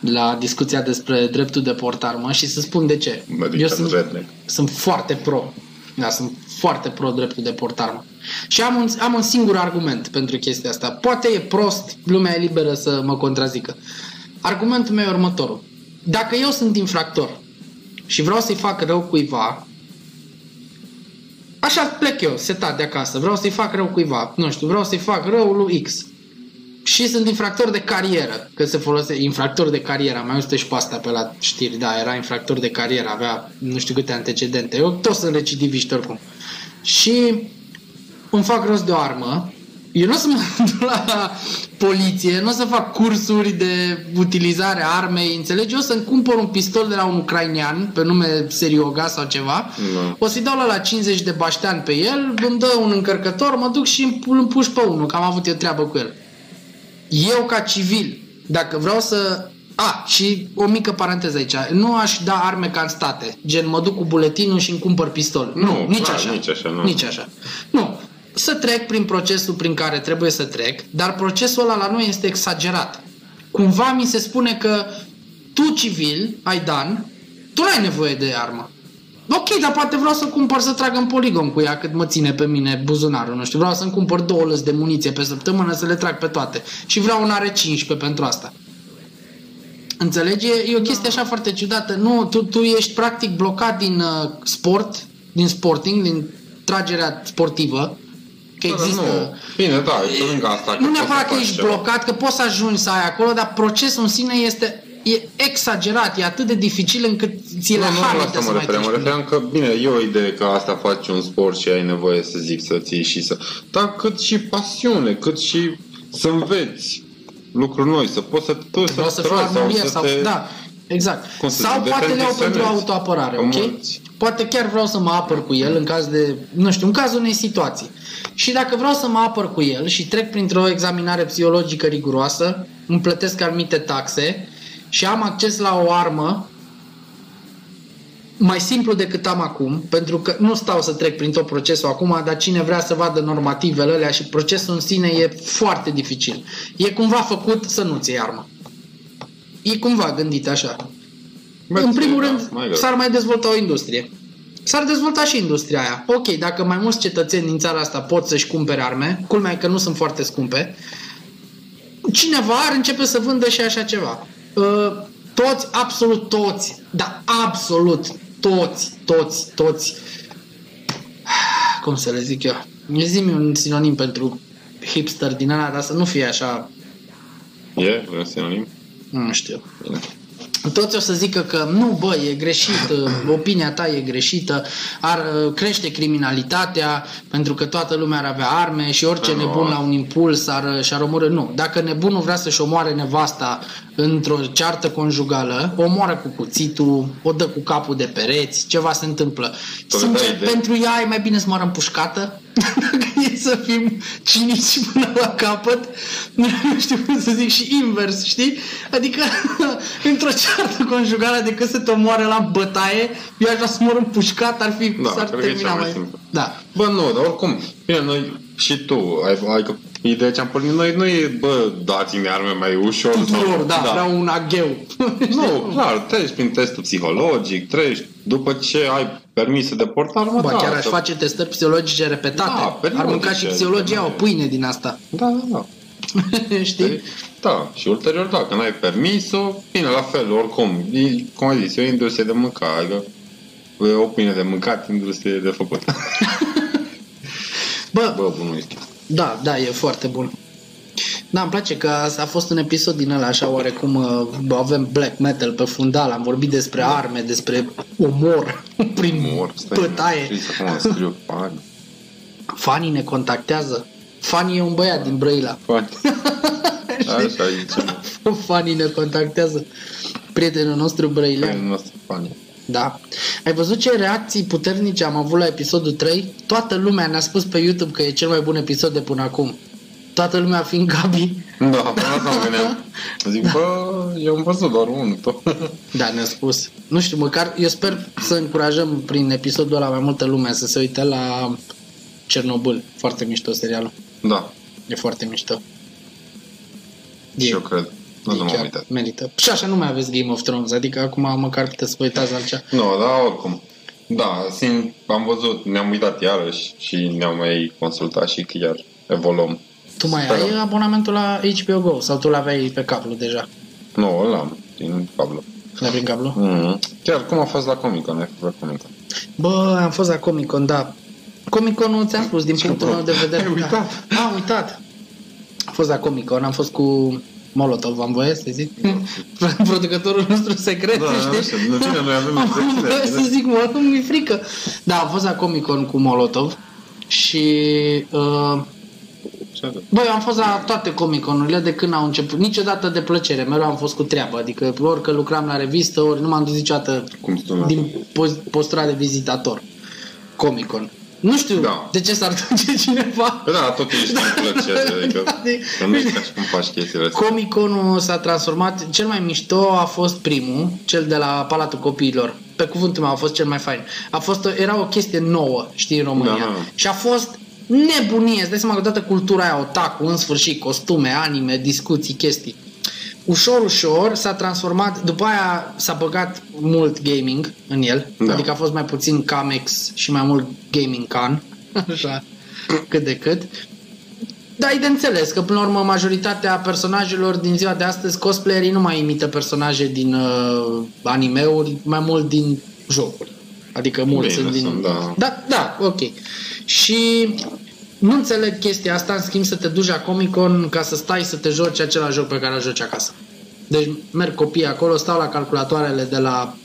S2: La discuția despre dreptul de portarmă și să spun de ce. Eu
S3: American
S2: sunt,
S3: redneck.
S2: sunt foarte pro. Da, sunt foarte pro dreptul de portarmă. Și am un, am un singur argument pentru chestia asta. Poate e prost, lumea e liberă să mă contrazică. Argumentul meu e următorul. Dacă eu sunt infractor și vreau să-i fac rău cuiva, așa plec eu, setat de acasă, vreau să-i fac rău cuiva, nu știu, vreau să-i fac rău lui X. Și sunt infractor de carieră, că se folosește infractor de carieră, am mai auzit și pe asta pe la știri, da, era infractor de carieră, avea nu știu câte antecedente, eu toți sunt recidiviști oricum. Și îmi fac rost de o armă, Eu nu o să mă duc la poliție, nu o să fac cursuri de utilizare a armei, înțelegi? Eu o să-mi cumpăr un pistol de la un ucrainean, pe nume Serioga sau ceva,
S3: Da.
S2: o să-i dau la, la 50 de baștean pe el, îmi dă un încărcător, mă duc și îmi pu- îmi puș pe unul, că am avut eu treabă cu el. Eu ca civil, dacă vreau să... A, și o mică paranteză aici. Nu aș da arme ca în state. Gen, mă duc cu buletinul și îmi cumpăr pistol. Nu,
S3: Nu,
S2: nici,
S3: clar,
S2: așa.
S3: nici așa, nu.
S2: Nici așa. Nu. Să trec prin procesul prin care trebuie să trec, dar procesul ăla la noi este exagerat. Cumva mi se spune că tu, civil, ai dan, tu n-ai nevoie de armă. Ok, dar poate vreau să cumpăr să trag în poligon cu ea cât mă ține pe mine buzunarul, nu știu. Vreau să-mi cumpăr două lăzi de muniție pe săptămână să le trag pe toate. Și vreau un are 15 pentru asta. Înțelegi? E- E o
S3: Da.
S2: chestie așa foarte ciudată. Nu, tu, tu ești practic blocat din uh, sport, din sporting, din tragerea sportivă. Că există...
S3: Da, Nu. Bine, da, e pe lângă asta. că
S2: Nu
S3: poți să
S2: neapărat că
S3: faci
S2: ești
S3: ceva.
S2: blocat, că poți să ajungi să ai acolo, dar procesul în sine este e exagerat, e atât de dificil încât ți le
S3: Nu, nu la
S2: hame
S3: asta
S2: să
S3: mă
S2: mai
S3: refeream. Mă
S2: treci prin
S3: refeream că, bine, e o idee că asta faci un sport și ai nevoie, să zic, să ții și să... Dar cât și pasiune, cât și să înveți lucruri noi, să poți să tu să
S2: Vreau să fiu
S3: tragi sau
S2: armonier
S3: să
S2: sau...
S3: te...
S2: Da, exact.
S3: Cum să
S2: sau
S3: zic,
S2: poate
S3: depinde
S2: le iau
S3: să
S2: pentru
S3: vezi.
S2: autoapărare,
S3: Că
S2: ok?
S3: mulți-
S2: Poate chiar vreau să mă apăr cu el în caz de, nu știu, în cazul unei situații. Și dacă vreau să mă apăr cu el și trec printr-o examinare psihologică riguroasă, îmi plătesc anumite taxe și am acces la o armă mai simplu decât am acum, pentru că nu stau să trec prin tot procesul acum, dar cine vrea să vadă normativele alea și procesul în sine e foarte dificil. E cumva făcut să nu-ți iei armă. E cumva gândit așa.
S3: Bă,
S2: în
S3: ce,
S2: primul
S3: da,
S2: rând,
S3: mai greu.
S2: s-ar mai dezvolta o industrie. S-ar dezvolta și industria aia. Ok, dacă mai mulți cetățeni din țara asta pot să-și cumpere arme, culmea e că nu sunt foarte scumpe, cineva ar începe să vândă și așa ceva. Uh, Toți, absolut toți, da, absolut toți, toți, toți, cum să le zic eu, zi un sinonim pentru hipster din ăla, dar să nu fie așa,
S3: E? Un sinonim?
S2: nu știu,
S3: Bine.
S2: toți o să zică că nu, bă, e greșit, uh, opinia ta e greșită, ar uh, crește criminalitatea pentru că toată lumea ar avea arme și orice
S3: Nu.
S2: nebun la un impuls ar, uh, și-ar omorâ. Nu, dacă nebunul vrea să-și omoare nevasta într-o ceartă conjugală, o omoară cu cuțitul, o dă cu capul de pereți, ceva se întâmplă.
S3: Păi, da,
S2: Sincer,
S3: idee.
S2: pentru ea e mai bine să moară împușcată, dacă e să fim cinici până la capăt, nu știu cum să zic, și invers, știi? Adică, într-o ceartă conjugală, decât să te omoare la bătaie, eu aș vrea să mor împușcat, ar fi,
S3: Da,
S2: s-ar
S3: cred că e
S2: termina
S3: cea mai
S2: mai...
S3: simplă.
S2: Da.
S3: Bă, nu, dar oricum, bine, noi și tu, ai, ai că ideea ce am pornit noi nu e, bă, dați-mi arme mai ușor.
S2: Tuturor, da,
S3: da.
S2: vreau un agheu.
S3: Nu, clar, treci prin testul psihologic, treci după ce ai permise de portare, mă,
S2: Ba,
S3: da,
S2: chiar aș
S3: să-
S2: face testări psihologice repetate.
S3: Da, periodice,
S2: Ar mânca și psihologia o
S3: adică
S2: pâine din asta.
S3: Da, da, da.
S2: Știi?
S3: Da, și ulterior, dacă n-ai permis-o, bine, la fel, oricum, e, cum ai zis, e o industrie de mâncat, adică e o pâine de mâncat, industrie de făcut.
S2: Bă,
S3: Bă, bun whisky.
S2: Da, da, e foarte bun. Da, îmi place că a, a fost un episod din ăla, așa oarecum uh, avem black metal pe fundal, am vorbit despre arme, despre umor prin
S3: Mor, stai.
S2: bătaie.
S3: Știi să cum scriu, pani.
S2: Fanii ne contactează. Fanii e un băiat din Brăila.
S3: Pani. Așa zice, mă.
S2: Fanii ne contactează. Prietenul nostru brăilean.
S3: Prietenul nostru, pani.
S2: Da. Ai văzut ce reacții puternice am avut la episodul 3? Toată lumea ne-a spus pe YouTube că e cel mai bun episod de până acum. Toată lumea fiind Gabi.
S3: Da, până la asta mă gândeam. Zic, bă, eu am văzut doar unul, tot.
S2: Da, ne-a spus. Nu știu, măcar eu sper să încurajăm prin episodul ăla mai multă lume să se uite la Cernobâl. Foarte mișto serialul.
S3: Da,
S2: E foarte mișto.
S3: și eu cred. Nu,
S2: e
S3: nu m-am
S2: chiar
S3: uitat.
S2: Merită. Și așa nu mai aveți Game of Thrones, adică acum măcar puteți să vă uitați la altceva.
S3: Nu, dar oricum. Da, simt, am văzut, ne-am uitat iarăși și ne-am mai consultat și că iar evoluăm.
S2: Tu mai
S3: Sperăm.
S2: ai abonamentul la HBO Go sau tu l-aveai pe cablu deja?
S3: Nu, îl am, din Pablo.
S2: La prin cablu?
S3: Mm. Chiar cum a fost la Comic Con, ai fost la Comic Con.
S2: Bă, am fost la Comic Con, da. Comic Con nu ți-am spus din punctul meu de vedere.
S3: Ai uitat.
S2: Da. Am uitat. Am fost la Comic Con, am fost cu Molotov, am voie să zic? Producătorul nostru secret,
S3: Mm. Da,
S2: știi?
S3: nu știu, în fine, noi avem
S2: Am
S3: secret,
S2: voie
S3: da.
S2: să zic, mă, mi-e frică. Da, am fost la Comic Con cu Molotov și uh,
S3: Ce are?
S2: Băi, eu am fost la toate comiconurile de când au început. Niciodată de plăcere, mereu am fost cu treabă. Adică orică lucram la revistă, ori nu m-am dus niciodată
S3: Cum se numește?
S2: din poz- postura de vizitator. Comicon. Nu știu
S3: Da.
S2: de ce s-ar duce cineva.
S3: Păi Da, tot ești în plăcere, adică
S2: Da, de-
S3: că nu e ca și cum faci chestiile astea.
S2: Comiconul s-a transformat, cel mai mișto a fost primul, cel de la Palatul Copiilor. Pe cuvântul meu a fost cel mai fain. A fost, o- era o chestie nouă, știi, în România.
S3: Da.
S2: Și a fost nebunie. Îți dai seama că toată cultura aia, otaku, în sfârșit, costume, anime, discuții, chestii. Ușor, ușor s-a transformat, după aia s-a băgat mult gaming în el,
S3: Da.
S2: adică a fost mai puțin Camex și mai mult Gaming Can, așa, cât de cât. Da, e de înțeles că, până la urmă, majoritatea personajelor din ziua de astăzi, cosplayerii nu mai imită personaje din uh, animeuri, mai mult din jocuri. Adică mulți
S3: Bine,
S2: sunt din...
S3: sunt, da.
S2: da, da, ok. Și nu înțeleg chestia asta, în schimb să te duci la Comic-Con ca să stai să te joci același joc pe care îl joci acasă. Deci merg copiii acolo, stau la calculatoarele de la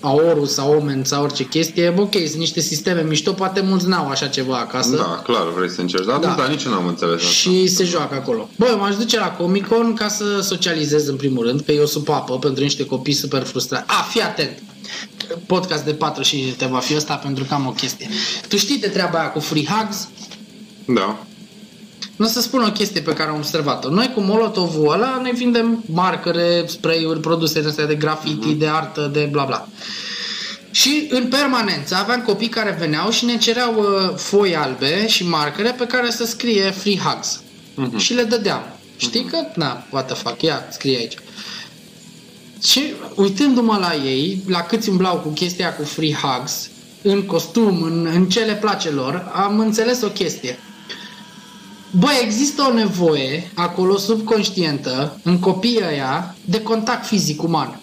S2: Aorus sau Omen sau orice chestie. Ok, sunt niște sisteme mișto, poate mulți n-au așa ceva acasă.
S3: Da, clar, vrei să încerci, dar
S2: Da.
S3: da. da, nici nu am înțeles asta.
S2: Și se joacă acolo. Bă, m-aș duce la Comic Con ca să socializez în primul rând, că eu sunt papă pentru niște copii super frustrați. A, fii atent! Podcast de 45 te va fi ăsta pentru că am o chestie. Tu știi de treaba aia cu free hugs?
S3: Da.
S2: Nu o să spun o chestie pe care am observat-o. Noi cu Molotovul ăla ne vindem marcare, spray-uri, produse din astea de graffiti, de artă, de bla bla. Și în permanență aveam copii care veneau și ne cereau uh, foi albe și marcare pe care să scrie free hugs. Și le dădeam. Știi că, na, what the fuck, ia, scrie aici. Și uitându-mă la ei, la câți umblau cu chestia cu free hugs, în costum, în, în ce le place lor, am înțeles o chestie. Bă, există o nevoie acolo subconștientă, în copiii ăia, de contact fizic uman.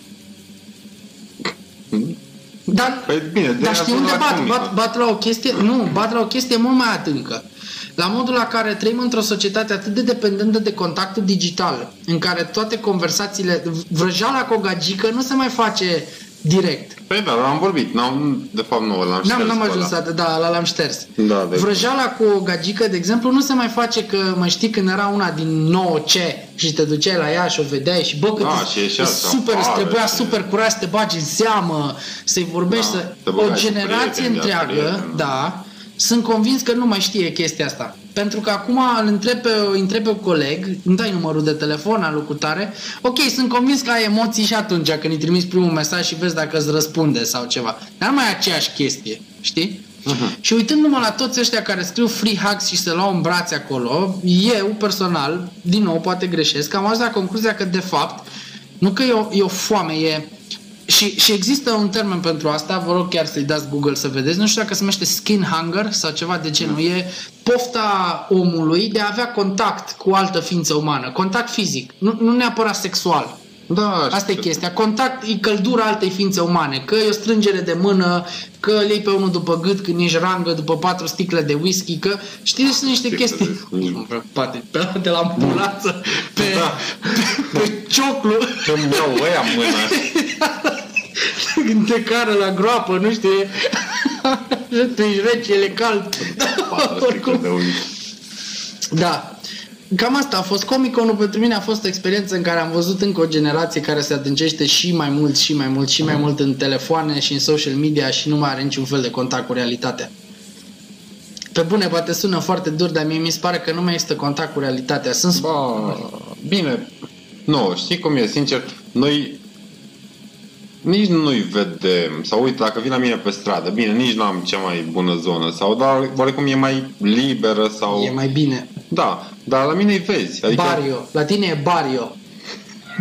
S2: Dar,
S3: Păi bine, de
S2: dar
S3: aia
S2: știi
S3: până
S2: unde
S3: la
S2: bat,
S3: comică.
S2: bat? Bat la o chestie, nu, bat la o chestie mult mai adâncă. La modul la care trăim într-o societate atât de dependentă de contactul digital, în care toate conversațiile, vrăjeala cu o gagică nu se mai face direct.
S3: Păi da, am vorbit, n-am, de fapt nu, l-am
S2: N-am,
S3: șters
S2: n-am
S3: pe
S2: ajuns,
S3: ăla.
S2: la, da, la l-am șters.
S3: Da, de-
S2: Vrăjeala cu o gagică, de exemplu, nu se mai face că, mă știi, când era una din 9C și te duceai la ea și o vedeai și bă, cât
S3: Da,
S2: îți-
S3: și ieșea
S2: îți
S3: să
S2: super, îți
S3: apară
S2: trebuia
S3: și-
S2: super curaj să te bagi în seamă, să-i vorbești,
S3: Da,
S2: să...
S3: te
S2: o
S3: băgai cu
S2: generație
S3: prieteni, de-a
S2: întreagă,
S3: prieten.
S2: da, sunt convins că nu mai știe chestia asta. Pentru că acum îl întreb pe, îi întreb pe coleg, îmi dai numărul de telefon al locutare, ok, sunt convins că ai emoții și atunci când îi trimiți primul mesaj și vezi dacă îți răspunde sau ceva. Dar nu mai e aceeași chestie, știi?
S3: Mhm.
S2: Uh-huh. Și uitându-mă la toți ăștia care scriu free hacks și se luau în brațe acolo, eu personal, din nou poate greșesc, am ajuns la concluzia că de fapt, nu că e o, e o foame, e și, și există un termen pentru asta, vă rog chiar să-i dați Google să vedeți, nu știu dacă se numește skin hunger sau ceva de genul, e pofta omului de a avea contact cu altă ființă umană, contact fizic, nu, nu neapărat sexual.
S3: Da,
S2: Asta e
S3: știu.
S2: chestia. Contact e căldura altei ființe umane. Că e o strângere de mână, că îl iei pe unul după gât când ești rangă, după patru sticle de whisky, că știi, sunt niște
S3: Sticle
S2: chestii.
S3: de whisky.
S2: Poate da, de- de la ambulanță pe, pe, pe cioclu
S3: Că-mi iau ăia mâna.
S2: Când te cară la groapă, nu știu, e- tu ești rece, el e cald.
S3: Patru sticle de whisky.
S2: Da. Cam asta a fost Comic-Con pentru mine a fost o experiență în care am văzut încă o generație care se adâncește și mai mult și mai mult și mai mult în telefoane și în social media și nu mai are niciun fel de contact cu realitatea. Pe bune, poate sună foarte dur, dar mie mi se pare că nu mai există contact cu realitatea. Sunt
S3: Ba, bine. Nu, știi cum e, sincer, noi nici nu-i vedem. Sau uite, dacă vin la mine pe stradă, bine, nici n-am cea mai bună zonă. Sau, dar oarecum e mai liberă sau...
S2: e mai bine.
S3: Da, dar la mine îi vezi. Adică,
S2: Barrio. La tine e Barrio.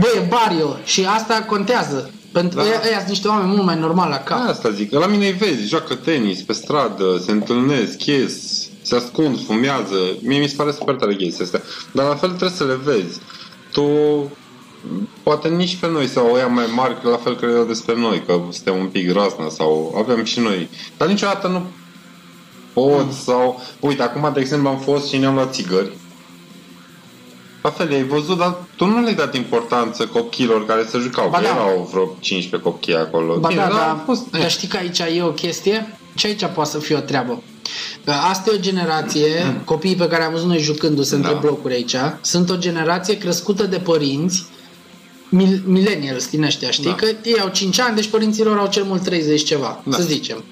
S2: Bă, e Barrio și asta contează. Pentru
S3: Da. Ah,
S2: că da. sunt niște oameni mult mai normal la cap.
S3: Asta zic, la mine îi vezi, joacă tenis pe stradă, se întâlnesc, ies, se ascund, fumează. Mie mi se pare super tare chestia asta. Dar la fel trebuie să le vezi. Tu poate nici pe noi sau ăia mai mari, că la fel credeau despre noi, că suntem un pic razna sau avem și noi. Dar niciodată nu pot
S2: Mm.
S3: sau... Uite, acum, de exemplu, am fost și ne-am luat țigări. La fel, ai văzut, dar tu nu le-ai dat importanță copchilor care se jucau,
S2: Ba
S3: că
S2: da.
S3: erau vreo 15 copchii acolo.
S2: Ba
S3: Bine,
S2: da,
S3: dar
S2: dar,
S3: a fost-
S2: dar știi că aici e o chestie? Și aici poate să fie o treabă. Asta e o generație, copiii pe care am văzut noi jucându-se între
S3: Mm. Da.
S2: blocuri aici, sunt o generație crescută de părinți, mil- millennials din ăștia, știi?
S3: Da.
S2: Că ei au 5 ani, deci părinților au cel mult 30 ceva,
S3: Da.
S2: să zicem.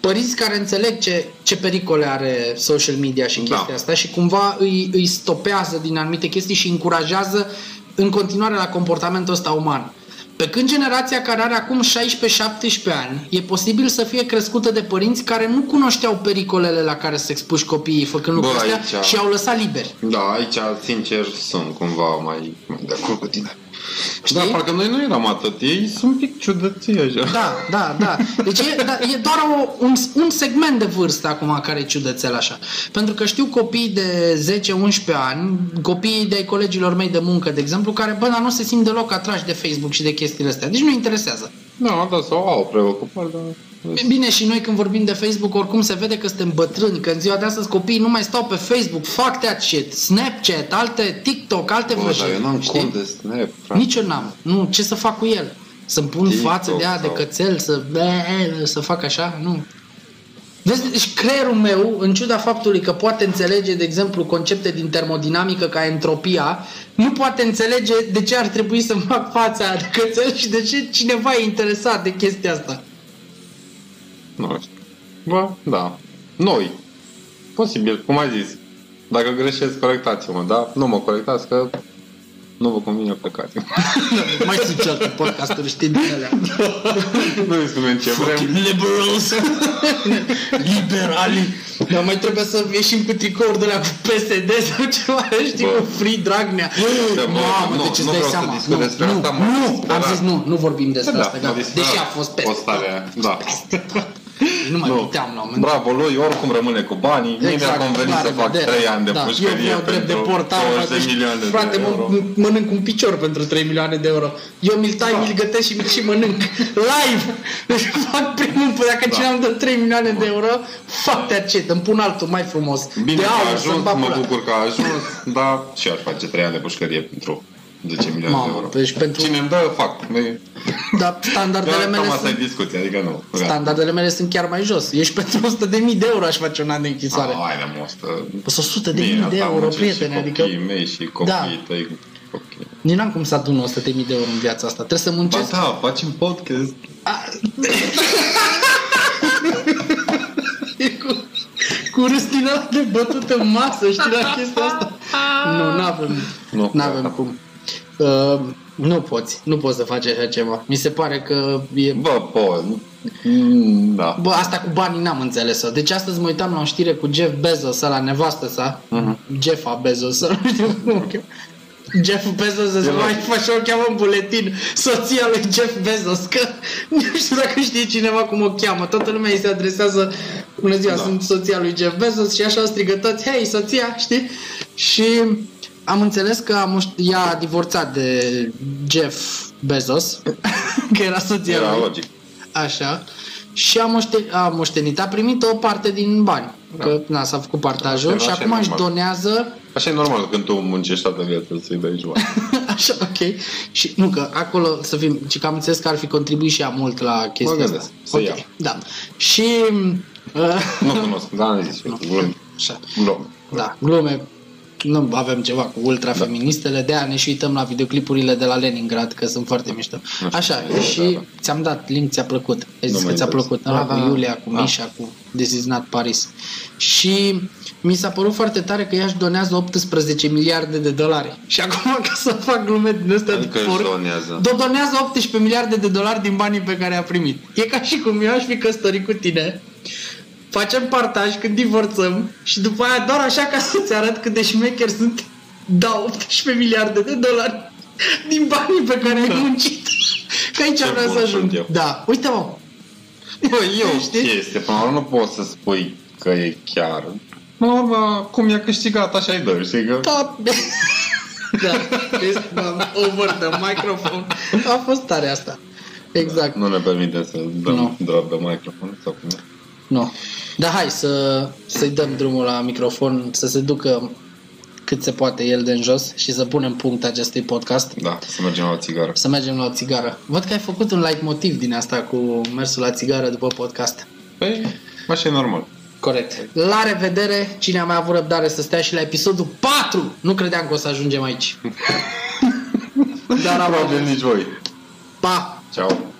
S2: Părinți care înțeleg ce, ce pericole are social media și
S3: Da.
S2: chestia asta și cumva îi, îi stopează din anumite chestii și încurajează în continuare la comportamentul ăsta uman. Pe când generația care are acum 16-17 ani, e posibil să fie crescută de părinți care nu cunoșteau pericolele la care se expuși copiii făcând
S3: Bă,
S2: lucrurile astea
S3: aici-
S2: și au lăsat liberi.
S3: Da, aici, sincer, sunt cumva mai, mai de acord cu tine.
S2: Știi?
S3: Da, parcă noi nu eram atât. Ei sunt un pic ciudății așa.
S2: Da, da, da. Deci e, da, e doar o, un, un segment de vârstă acum care e ciudățel așa. Pentru că știu copii de 10-11 ani, copiii de colegilor mei de muncă, de exemplu, care, bă, dar nu se simt deloc atrași de Facebook și de chestiile astea. Deci nu interesează.
S3: Da, da, sau au preocupări, dar...
S2: Bine, și noi când vorbim de Facebook, oricum se vede că suntem bătrâni, că în ziua de astăzi copiii nu mai stau pe Facebook, fac that shit, Snapchat, alte TikTok, alte
S3: Bă, dar
S2: vrăjiri.
S3: eu n-am
S2: știi?
S3: cont de Snap, frate.
S2: Nici eu n-am. Nu, ce să fac cu el? Să-mi pun
S3: TikTok
S2: față de ea de
S3: sau-
S2: cățel, să, bă, să fac așa? Nu. Vezi, deci creierul meu, în ciuda faptului că poate înțelege, de exemplu, concepte din termodinamică ca entropia, nu poate înțelege de ce ar trebui să fac fața aia de cățel și de ce cineva e interesat de chestia asta.
S3: Nu știu. Bă, da. Noi. Posibil, cum ai zis. Dacă greșesc, corectați-mă, da? Nu mă corectați, că nu vă convine plecați.
S2: Mai sunt și alte podcasturi, știi, din alea.
S3: Noi spunem ce vrem.
S2: Liberals! Liberali! Dar mai trebuie să ieșim cu tricouri de la cu PSD sau ceva, știi,
S3: Bă.
S2: cu Free Dragnea.
S3: Bă,
S2: Mamă,
S3: nu,
S2: deci îți
S3: nu
S2: dai
S3: vreau să
S2: seama.
S3: discut despre
S2: nu,
S3: asta, m-am
S2: nu,
S3: disperat.
S2: am zis nu, nu vorbim despre asta,
S3: m-a
S2: gata.
S3: distrat
S2: Deși a fost peste.
S3: Da, Postarea aia, da.
S2: Nu mai
S3: Nu.
S2: puteam la un moment dat.
S3: Bravo lui, oricum rămâne cu banii. Exact, Mie
S2: Exact,
S3: mi-a convenit
S2: la
S3: să fac
S2: revedere.
S3: 3 ani de
S2: da,
S3: pușcărie
S2: Eu vreau drept de
S3: pentru
S2: portar,
S3: 20 milioane de
S2: frate, mă-
S3: euro.
S2: m- mănânc un picior pentru 3 milioane de euro. Eu mi-l
S3: Da.
S2: tai, mi-l gătesc și, și mănânc. Live! Deci fac primul, păi
S3: Da.
S2: dacă cineva îmi dă 3 milioane de euro, fac te acet, îmi pun altul mai frumos.
S3: Bine
S2: de
S3: că a
S2: aur, să-mi
S3: ajuns,
S2: bag
S3: mă
S2: pula.
S3: bucur că a ajuns, dar și eu aș face 3 ani de pușcărie pentru 10 milioane de
S2: Mamă,
S3: euro.
S2: deci pentru...
S3: Cine îmi dă, fac. Păi, Nu-
S2: Dar standardele
S3: Cam
S2: mele
S3: asta e
S2: sunt...
S3: discuția, adică nu.
S2: Standardele mele sunt chiar mai jos. Ești pentru 100 de mii de euro aș face un an de închisoare.
S3: Ah,
S2: Păi
S3: Hai de mostă.
S2: 100 de mii de euro, prieteni, adică...
S3: Copiii mei și copiii
S2: Da.
S3: tăi. Okay.
S2: Nici n-am cum să adun 100 de mii de euro în viața asta. Trebuie să
S3: Ba
S2: muncesc.
S3: da, facem podcast.
S2: A- E cu, cu râs din ăla de bătut în masă, știi, la chestia asta. Nu, n-avem,
S3: Nu,
S2: n-avem
S3: gata.
S2: cum. Uh, nu poți, nu poți să faci așa ceva. Mi se pare că e...
S3: Bă, bă, mm, da.
S2: Bă, asta cu banii n-am înțeles-o. Deci astăzi mă uitam la o știre cu Jeff Bezos, la nevastă sa. Jeffa Bezos, ăla, nu știu cum o cheamă. Jeff Bezos, să mai așa o cheamă în buletin, soția lui Jeff Bezos, că nu știu dacă știe cineva cum o cheamă, toată lumea îi se adresează, bună ziua,
S3: Da.
S2: sunt soția lui Jeff Bezos și așa strigă toți, hei, soția, știi? Și am înțeles că a muș- ea a divorțat de Jeff Bezos, că era soția
S3: Era
S2: lui.
S3: logic.
S2: Așa. Și a, moște- a moștenit, a primit o parte din bani. Da. Că na, s-a făcut partajul
S3: Așa
S2: și
S3: e
S2: acum își
S3: normal.
S2: donează
S3: Așa e normal când tu muncești toată viața să-i dai jumătate.
S2: Așa, ok. Și nu, că acolo să fim, ci că am înțeles că ar fi contribuit și ea mult la chestia
S3: gândesc,
S2: asta.
S3: să
S2: Ok,
S3: iau.
S2: Da. Și... Uh,
S3: nu cunosc, dar am zis. Glum.
S2: așa.
S3: Glum.
S2: Da, glume. Nu avem ceva cu ultrafeministele, de aia ne și uităm la videoclipurile de la Leningrad, că sunt foarte mișto. Așa, și
S3: da, da.
S2: ți-am dat link, ți-a plăcut. Ai
S3: Nu
S2: zis
S3: mă
S2: că ți-a
S3: interesează.
S2: plăcut. Ăla
S3: Da,
S2: cu
S3: da, da.
S2: Iulia, cu
S3: Da.
S2: Mișa, cu This is not Paris. Și mi s-a părut foarte tare că ea își donează 18 miliarde de dolari. Și acum ca să fac glume din astea
S3: Adică
S2: de
S3: își
S2: porc,
S3: donează.
S2: do- donează 18 miliarde de dolari din banii pe care i-a primit. E ca și cum eu aș fi căsătorit cu tine, facem partaj când divorțăm și după aia doar așa ca să-ți arăt cât de șmecher sunt, dau 18 miliarde de dolari din banii pe care ai muncit. Că aici
S3: Da. Ce
S2: vreau
S3: bun
S2: să ajung.
S3: sunt eu.
S2: Da, uite mă,
S3: Bă, eu
S2: Știi?
S3: chestie, până la urmă nu poți să spui că e chiar. Până la urmă, cum i-a câștigat, așa-i dă, știi că...
S2: top. da, vezi, m-am over the microphone. A fost tare asta. Exact.
S3: Nu ne permite să dăm
S2: Nu.
S3: no. drop de microfon sau cum e.
S2: Nu. Dar Da, hai să, să-i dăm drumul la microfon, să se ducă cât se poate el de în jos și să punem punct acestui podcast.
S3: Da, să mergem la o țigară.
S2: Să mergem la o țigară. Văd că ai făcut un like motiv din asta cu mersul la țigară după podcast.
S3: Păi, așa e normal.
S2: Corect. La revedere, cine a mai avut răbdare să stea și la episodul 4! Nu credeam că o să ajungem aici. Dar am Da.
S3: Probabil nici voi.
S2: Pa!
S3: Ciao.